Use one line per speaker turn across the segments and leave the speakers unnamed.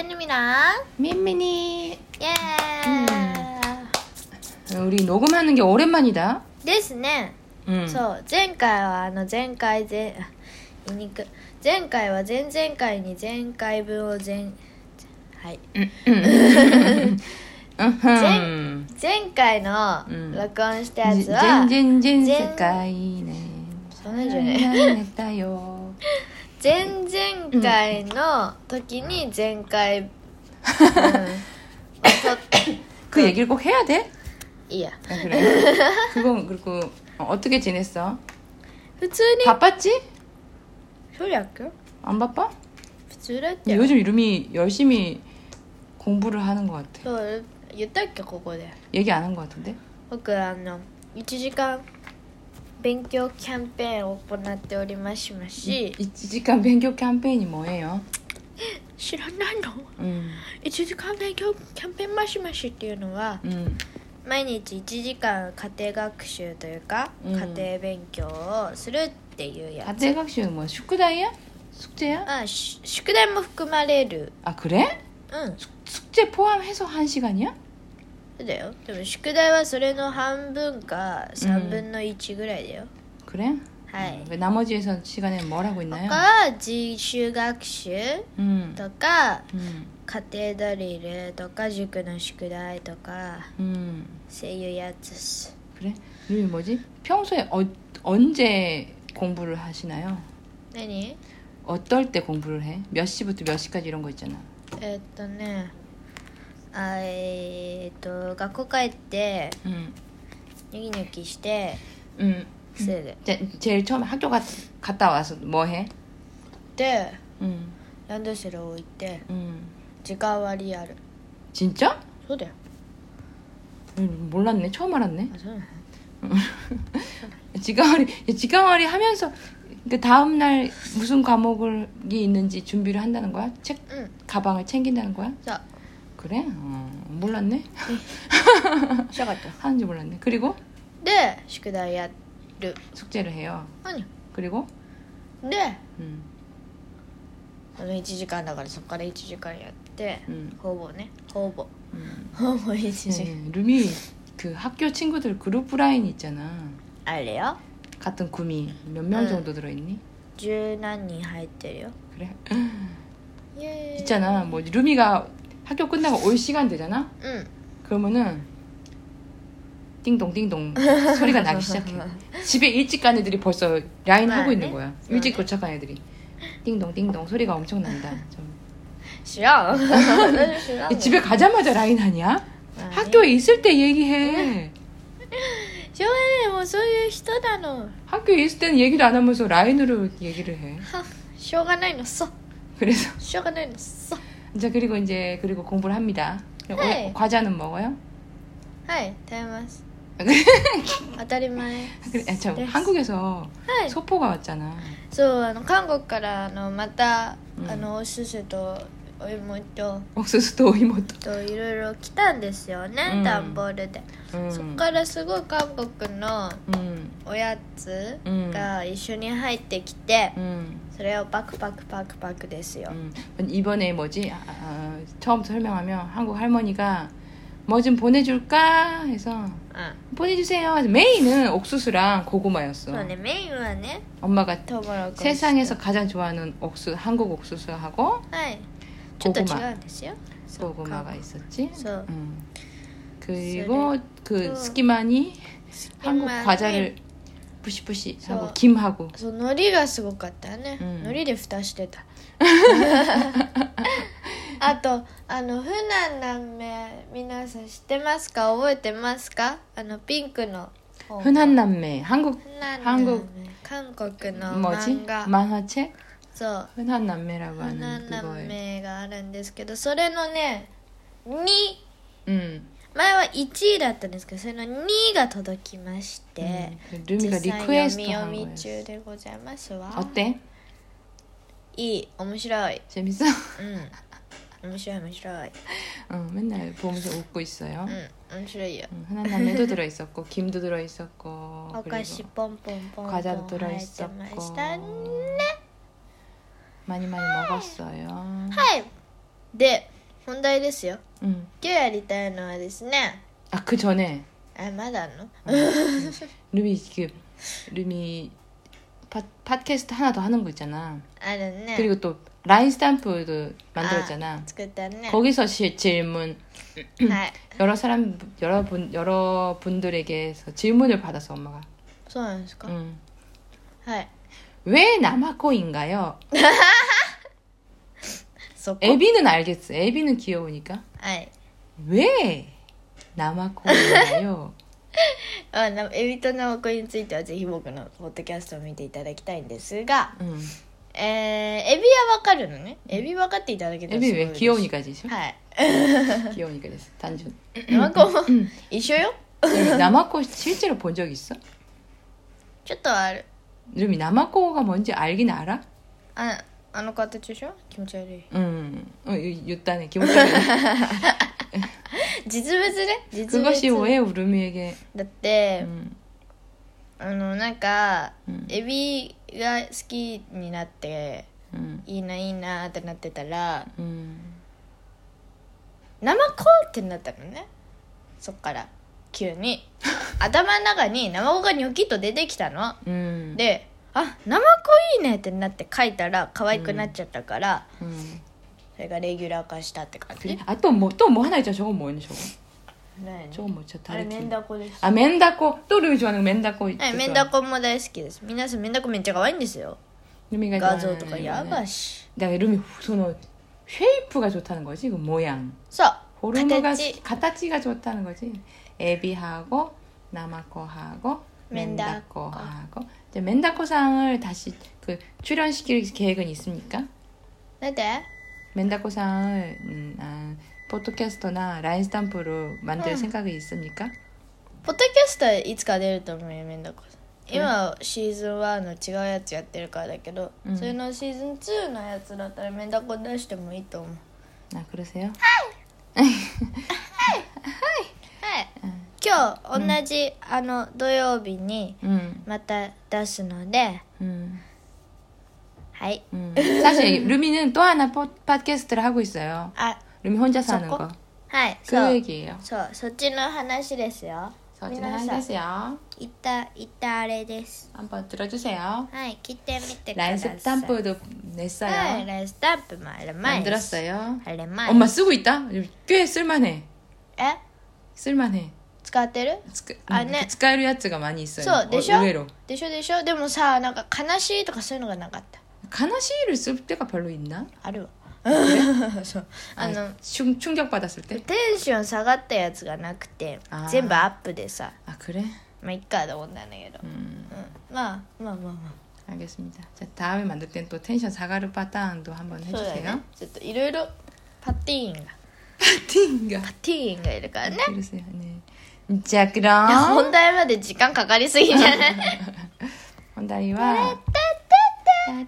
쟤님이랑
민민이
예.
어, 우리 녹음하는 게 오랜만이다
ですね。
음.
そう前回はあの前回前あ言いにくい前回は前々回に前回分を前はい。
음흠.
前回の
うん
録音したやつは
젠젠젠
젠-
세카이네
そんなんじゃない
사랑했다요
前々回の時に前回、 うん、
그 얘기를 꼭 해야 돼?
いいや
아, 그래 그건 그리고 어, 어떻게 지냈어?
普通に
네. 바빴지?
そりゃっけ
안 바빠?
普通だっ
근데
て
요즘 이름이 열심히 공부를 하는 것 같아
そう言ったっけここで
얘기 안 한 것 같은데?
僕あの1時間勉強キャンペーンを行っておりましまし
이지직한 변경 캠페인이 뭐예요?
知らないの
음,
1時間勉強キャンペーンマシマシっていうのは
음,
毎日1時間家庭学習というか、
うん
家庭勉強をするっていうやつ
가대각시는 아, 뭐야? 숙제다이야? 숙제야?
あし宿題も含まれる
아 그래?
うんそ
숙제 포함해서 한 시간이야?
うだよでも宿題はそれの半分か3分の1ぐらいだよ、
그래? 음,
はい
왜 나머지에서 시간에는 뭘 하고 있나요?
他自主学習
음,
とか
음,
家庭ドリルとか塾の宿題とか
음,
そういうやつっす
그래? 이름이 뭐지? 평소에 어, 언제 공부를 하시나요?
何
어떨 때 공부를 해? 몇 시부터 몇 시까지 이런 거 있잖아.
えーっとねあーえーっと学校帰って
음,
ニョキニョキして
음.
癖で
제, 제일 처음에 학교 갔, 갔다 와서 뭐 해?
で
음,
ランドセルを置いて
음.
時間割りやる
진짜?
そうだよ
음, 몰랐네. 처음 알았네.
あそうなの
지강아리 지강아리 하면서 그 다음 날 무슨 과목이 있는지 준비를 한다는 거야? 책
うん
가방을 챙긴다는 거야?
さ
그래? 어, 몰랐네.
あしたかった
하는지 몰랐네. 그리고
で宿題やる
숙제를 해요.
何
그리고
で
음,
あの1時間だからそっから1時間やって、
음,
ほぼねほぼ
음.
ほぼ1時間
네, 루미 그 학교 친구들 그룹 라인 있잖아.
あれよ
같은 구미 몇 명
응.
정도 들어있니?
十何人入ってるよ
그래?
イエーイ
있잖아. 뭐 루미가 학교 끝나고 올 시간 되잖아.
うん
그러면은 띵동띵동 소리가 나기 시작해. 집에 일찍 간 애들이 벌써 라인 하고 있는 거야.
아, 맞네.
일찍
맞네.
도착한 애들이 띵동띵동 소리가 엄청 난다. 좀.
知ら ん私知らんの
집에 가자마자 라인 하냐?
まあね
학교에 있을 때
네.
얘기해.
しょうがないもうそういう人なの
학교에 있을 때는 얘기도 안 하면서 라인으로 얘기를 해.
はしょうがないのそう
그래서
しょうがないのそう
자 그리고 이제 그리고 공부를 합니다. 그리고
네.
오- 과자는 먹어요?
はい食べます 当たり前
그래, 아, 참
네.
한국에서
はい
소포가 왔잖아.
そうあの韓国からあのまた、
うん
あのおすすとお芋と
옥수수도 이모도.
といろいろ来たんですよね、
うん
段ボールで、
음,
そっからすごい韓国の
음,
おやつ
음,
が一緒に入ってきて、
음.
それをパクパクパクパクですよ、
음, 이번에 뭐지? 아, 아, 처음부터 설명하면 한국 할머니가 뭐 좀 보내줄까 해서
あ
보내주세요. 해서 메인은 옥수수랑 고구마였어.
そうねメインはね
엄마가
トウモロコシ
세상에서 가장 좋아하는 옥수 한국 옥수수하고
はいちょっと違
고구마.
うんですよ
고구마가 있었지.
그래서
음. 그리고 그
또
스키마니 한국
스키마니. 과자를
과자를 부시부시 하고
저-
김하고
そう海苔がすごかったね、
う
海
ん
苔で蓋して たあとあのフナンナメ皆さん知ってますか覚えてますかあのピンクの方
흔한 남매 한국
フナンナ
韓
メ
国
韓国の
뭐지
漫画
만화책
そう
흔한 남매라고
フナン
하는
ナ
그거에
メがあるんですけどそれのね2
음.
前は1位だったんですけどそれの2が届きまして、
음. 그 루미가
実際
리퀘스트
読
한
み読
거예요.
み中でございますわ
어때?
いい面白い
재밌어?
うん面白い面白い
어, 맨날 보면서 웃고 있어요.
うん面白いよ
음, 흔한 남매도 들어 있었고 김도 들어 있었고
お菓子ポンポンポンポン入っ
과자도
て
들어
ましたね
있었고 많이 많이 먹었어요.
はいで本題ですよ
음.
今日やりたいのはですね
아그 전에
あまだあんの
루미 그 루미 팟, 팟캐스트 하나 더 하는 거 있잖아.
ある ね
그리고 또 라인 스탬프도 네. 만들었잖아. 네.
作ったね
거기서 시, 질문
はい
여러 사람 여러분 여러 분들에게서 질문을 받았어 엄마가.
そうなんですか、
음.
はい
왜 남아코인가요?
そこ
애비는 알겠어. 애비는 귀여우니까.
はい
왜 남아코인가요?
あなエビとナマコについてはぜひ僕のポッドキャストを見ていただきたいんですが
음.
えー、エビはわかるのねエビ分かっていただけたらす
애비
ごい
왜
嬉しい
귀여우니까지?
はい
귀여우니까 됐어. 단순.
ナマコも一緒よ
루미 남아코 실제로 본 적 있어?
ちょっとはある
루미 남아코가 뭔지 알긴 알아?
ああの形でしょ気持ち悪い
응, 어, 유- 유단의 기본적인
実物ね実物
그것이 왜 우르미에게
だって、
음,
あのなんか、
うん
エビが好きになって
음,
いいないいなってなってたら
음.
生子ってなったのねそっから急に頭の中に生子がニョキッと出てきたの
음,
であ生子いいねってなって書いたら可愛くなっちゃったから、
음.
それがレギュラー化したって感じ
아또 뭐 또 뭐 하나 있잖아 저거 뭐니 저거
何
저거 뭐저
あれ
다리
メン
긴-
ダコです
아 멘다코 또 루미 좋아하는 거 멘다코
はい
또
メン
좋아.
ダコも大好きです皆さんメンダコめっちゃ可愛いんですよ
루미가
画
좋아하는
像とかや
이거는. 네.
ばし
내가 루미 후손은 쉐이프가 좋다는 거지 그 모양
そう
호르무가
形
가타치가 좋다는 거지 에비하고 나마코하고
멘다코.
멘다코하고 이제 멘다코상을 다시 그 출연시킬 계획은 있습니까?
なんで
멘다코상을 음, 아, 포토캐스터나 라인 스탬프로 만들
응.
생각이 있습니까?
ポッドキャストはいつか出ると思うよめんどこさん今シーズン1の違うやつやってるからだけど、
うん
それのシーズン2のやつだったらめんだこ出してもいいと思う
아 그러세요?
はい今日同じ、あの土曜日に
음,
また出すので
음,
はい
음. 사실 루미는 또 하나 포, 팟캐스트를 하고 있어요.
あ
루미 혼자서 하는
저거?
거.
はい
그
そう
얘기예요.
そうそっちの話ですよ
저지는
皆さん
하세요.
いったいったあれです
한번 들어주세요.
はい聞いてみてくだ
라인
さい
스탬프도
はい
냈어요.
ラインスタンプもあれ
네.
前です
만들었어요.
あれ前
엄마 쓰고 있다. 꽤 쓸만해.
え
쓸만해.
使ってる
스카-
아,
음,
네.
그 스카이로 야츠가 많이 있어요.
そうでしょ
의- 의외로.
でしょでしょでもさなんか悲しいとかそういうのがなかった
가나시를 쓸 때가 별로 있나?
あるわ そうあ
아,
の
충, 충격 받았을 때?
テンション下がったやつがなくて
あー
全部アップでさ
아 그래?
まあいっかと思ったんだけど、
음,
うん、まあまあまあま
알겠습니다. 자, 다음에 만들 땐 또 텐션 사가르 바탕도 한번
あそうだ
해주세요.
ねちょっといろいろパティーンが
파팅가.
パティーンがいるからね
그러세요. 네. 어? 자
いや
그럼
本題まで時間かかりすぎじゃない はい
혼다이와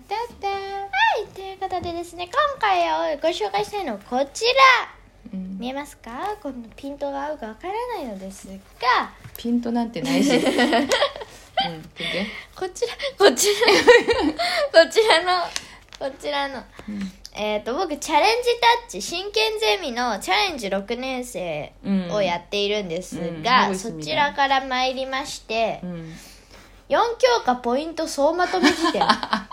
ということでですね今回ご紹介したいのはこちら
음,
見えますかこのピントが合うかわからないのですが
빈도 난때 나이시. 음, 근데
こちら、 こちら、 こちらの、こちらの。えっ、と、僕、チャレンジタッチ、真剣ゼミのチャレンジ6年生
うん
をやっているんです
うんう
が、
ん
そちらから参りまして、
음.
4教科ポイント総まとめ辞 典。は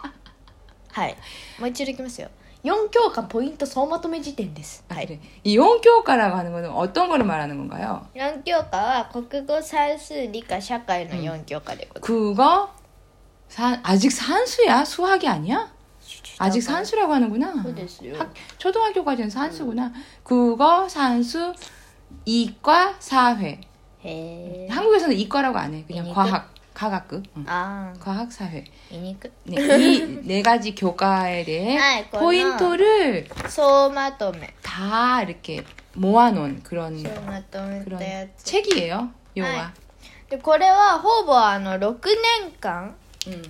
い。もう一度いきますよ。4教科ポイント総まとめ辞典です。
아, 그래. 이 용교과라고 하는 거는 어떤 거를 말하는 건가요?
4教科は国語、算数、理科、社会の4教科でございます。
그거 산 아직 산수야? 수학이 아니야? 아직 산수라고 하는구나.
그러세요.
학- 초등학교까지는 산수구나.
음.
그거 산수 이과 사회.
へえ。
한국에서는 이과라고 안 해. 그냥
네. 이과? 아.
과학 과학급. 응.
あ
과학 사회.
ー、言いにくい。
네, 이 네 가지 교과에 대해
아이고,
포인트를
総まとめ
다イ모아놓은 그런
総まとめた
그런
やつ
책이에요. 요가.
아. でこれはほぼあの6年間
응.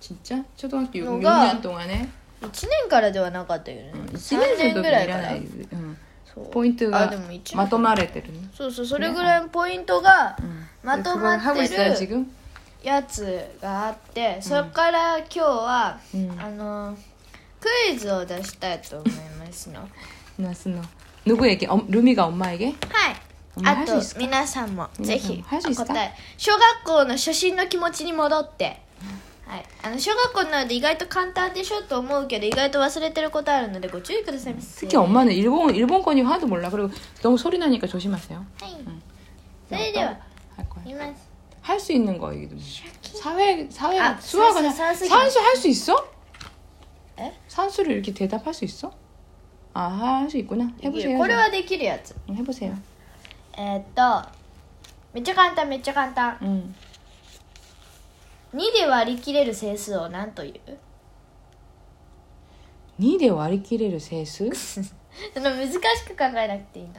진짜 초등학교 6,
뭔가-
년 동안에
1年からではなかったよね、
응,
3年ぐらいから
일하나요? 아, 응.
そうあ
포인트가
でも1年
마토마레테르.
そうそうそれぐらいのポイントが
응.
まと
그걸
まっ
하고
て
있어요
る
지금.
やつがあってそっから今日は、
うん
あのクイズを出したいと思いますの
ナスの。누구에게 어, 루미가 엄마에게?
はい
お前
あ
早いっす
と
か
皆さんもぜひ
皆さんも早いっすか
答え小学校の初心の気持ちに戻って、はい、あの小学校なので意外と簡単でしょと思うけど意外と忘れてることあるのでご注意くださいませ
특히 엄마는 일본 일본권이 하나도 몰라. 그리고 너무 소리 나니까 조심하세요.
はい
ん
それでは
할 거예요.
います
할 수 있는 거 이게 뭐. 사회 사회
아,
수학은
산수, 산수.
산수 할 수 있어?
에?
산수를 이렇게 대답할 수 있어? 아, 할 수 있구나.
でき
해보세요.
るこれはできるやつ
응, 해보세요.
えーっとめっちゃ簡単めっちゃ簡単
응.
2で割り切れる整数を何という
니대 와리키레르 세수?
その難しく考えなくていいの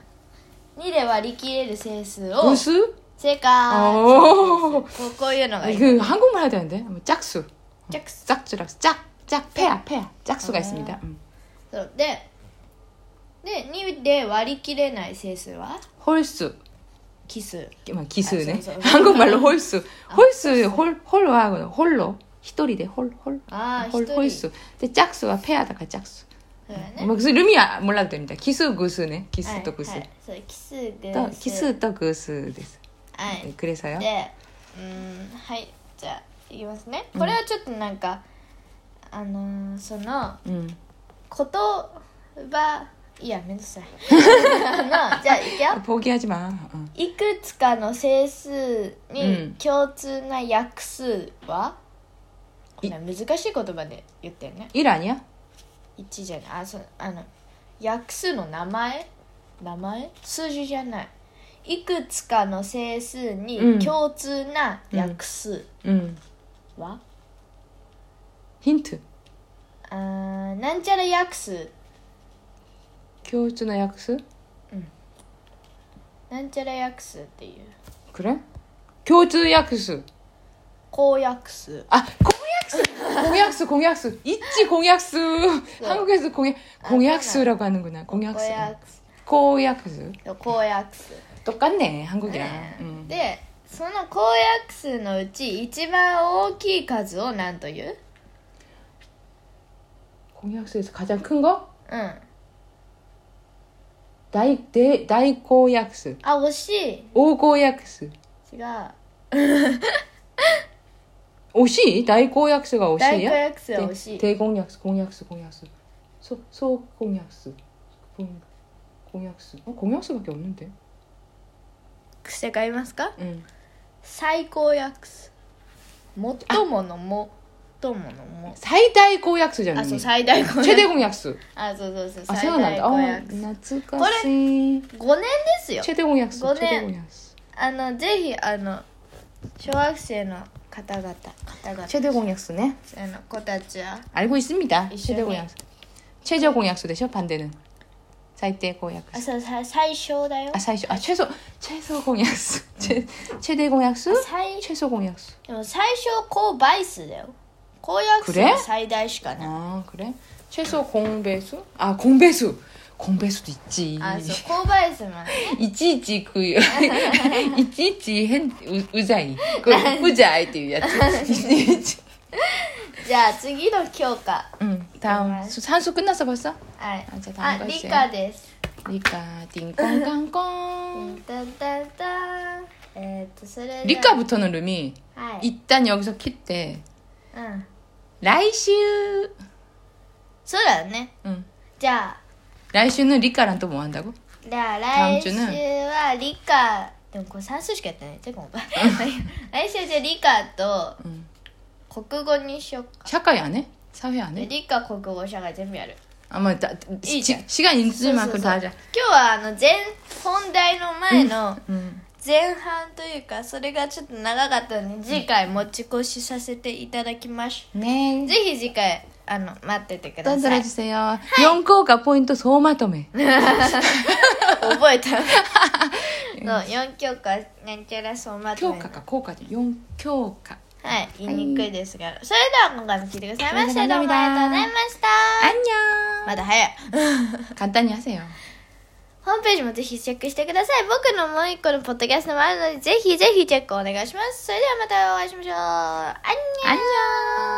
2で割り切れる整数
어.
を
무수? 어.
正
아,
解
おー
こうこういうのがいい
아, 이거 한국말 해야 되는데. 뭐 짝수.
チャックス
짝주락 짝. 짝 페아 페아. 짝수가 있습니다. 음.
そうでで2で割り切れない整数は
홀수.
奇数
뭐 기수네.
아, 죄송해요.
한국말로 홀수. 아, 홀수 홀 홀로하고 홀로. 히토리대 홀홀
아,
홀
히토리.
홀수. 근데 짝수와 페아다가 짝수.
そうやね
뭐 그래서 름이 아- 몰라도 됩니다. 기수 구수네.
はい
기수 또 구수.
はいそう奇数
또
偶数
기수 또 구수 됐어.
は
네,
い
그래서요.
でうーんはいじゃあいきますねこれはちょっとなんか、あのーその
음.
言葉いやめんどくさい あのじゃあいくよ
포기하지 마. 어.
いくつかの整数
うん
に共通な約数は、こんな難しい言葉で言ってね
일 아니야?
1じゃないあそあの約数の名前名前数字じゃないいくつかの整数
うん
に共通な約数
음.
は、
힌트.
あーなんちゃら約数
교주나 약수?
なんちゃら約数っていう
그래? 교주 약수.
公約数
아, 공약수. 공약수, 공약수. 있지 공약수. 한국에서 공약 네. 아, 공약수라고 하는구나.
公
공약수.
約数
공약수.
公約数
똑같네, 한국이랑.
ね
음.
でその公約数のうち一番大きい数を何という
공약수에서 가장 큰 거?
うん
나이 대 나이고약수.
あ惜しい
오고약수.
違う
옷이 나이고약수가
大公
옷이야?
約数は惜しい
대공약수, 공약수, 공약수. 소 소공약수. 공 공약수. 어, 공약수밖에 없는데. 음.
癖がいますか
응.
最高約数最ものも最ものも
사이다이 고약수잖아.
あそう最大公約
최대 공약수.
あそうそうそう
아,
最大
생각난다.
公
어,
約
나츠카시.
5年ですよ
최대 공약수.
이거는-
최대 공약수.
あのぜひあの小学生の方々方々
최대 공약수네.
あの子たちは
알고 있습니다.
이
최대
시험에-
공약수. 최저 공약수 되죠? 반대는. 사이대 공약수.
あそうさ最小だよ
아, 사이쇼. 아, 최소 최소 공약수. 최, 최대 공약수?
最
최소 공약수.
でも最小公倍数だよ公約数
これ
は最大しかない
아, 그래? 최소 공배수? 아, 공배수. 공배수도 있지.
あ そう公倍数もある
이치이치 그 이치이치 헨 우- 우자이. 그 우자이 っていう やつ. 이치이치.
じゃあ次の教科
응. 다음 수- 산수 끝났어 벌써?
はい
あじゃあ
あ
単語
理
ですよ
科です
리카 띵꽁깡꽁.
ダンダンダンえーっとそれで
리카부터는 룸이
はい
일단 여기서 킬때
うん
라이슈.
そうだよね
응.
じゃあ
라이슈는 리카랑 또 뭐 한다고?
じゃあ
ダ
来
ンジ
週
ュね
は理科でもこれ算数しかやってないじゃあごめん来週はじゃあ理科
응.
と国語にしよっか
샤카이 안 해? 사회 안 해?
理科国語社会全部やる
아마 다,
네. 이
시, 시간
네,
있을 만큼 다
そう
하자.
そうそう今日はあの前本題の前の
음.
前半というかそれがちょっと長かったので次回持ち越しさせていただきまし
네.
ぜひ次回あの待っててくだ
또
さい
들어주세요. 영코가 포인트 소마토메.
覚 えたそう4教科なんちゃらそうまとめの
교카가 코까지. 영교카.
はい言いにくいですが、それでは今回も聞いてくださいまし
それ
て
で
どう
は
もありがとうございました、
안녕.
まだ早い
간단히 하세요.
ホームページもぜひチェックしてください僕のもう一個のポッドキャストもあるのでぜひぜひチェックお願いしますそれではまたお会いしましょうアンニョン